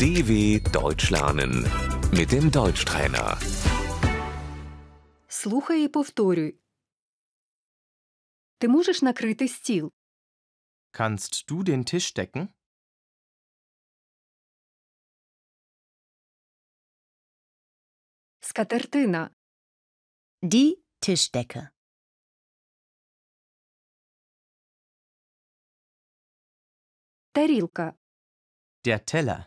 DW Deutsch lernen mit dem Deutschtrainer. Слухай і повторюй. Ти можеш накрити стіл? Kannst du den Tisch decken? Скатертина, Die Tischdecke. тарілка, Der Teller.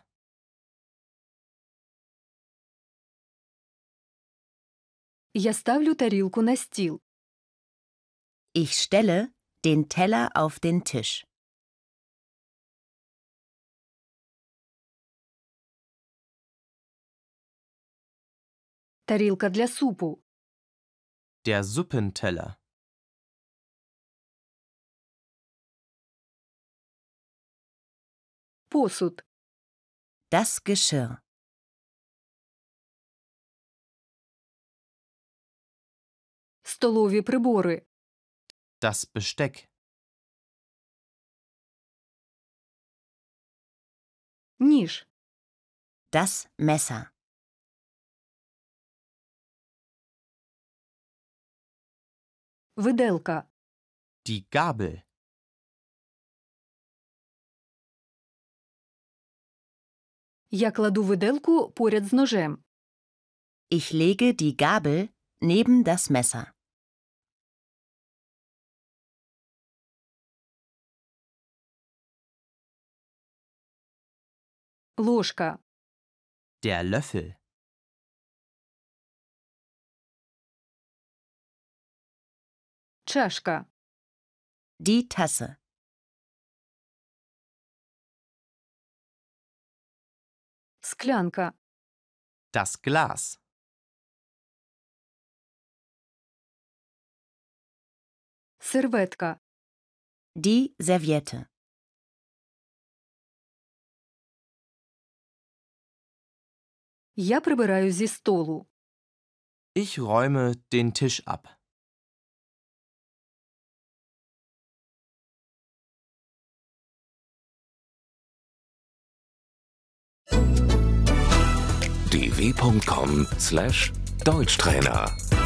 я ставлю тарілку на стіл, Ich stelle den Teller auf den Tisch. тарілка для супу, Der Suppenteller. посуд, Das Geschirr. столові прибори, Das Besteck. ніж, Das Messer. виделка, Die Gabel. я кладу виделку поряд з ножем, Ich lege die Gabel neben das Messer. ложка, Der Löffel. чашка, Die Tasse. склянка, Das Glas. серветка, Die Serviette. я прибираю зі столу, Ich räume den Tisch ab. dw.com/deutschtrainer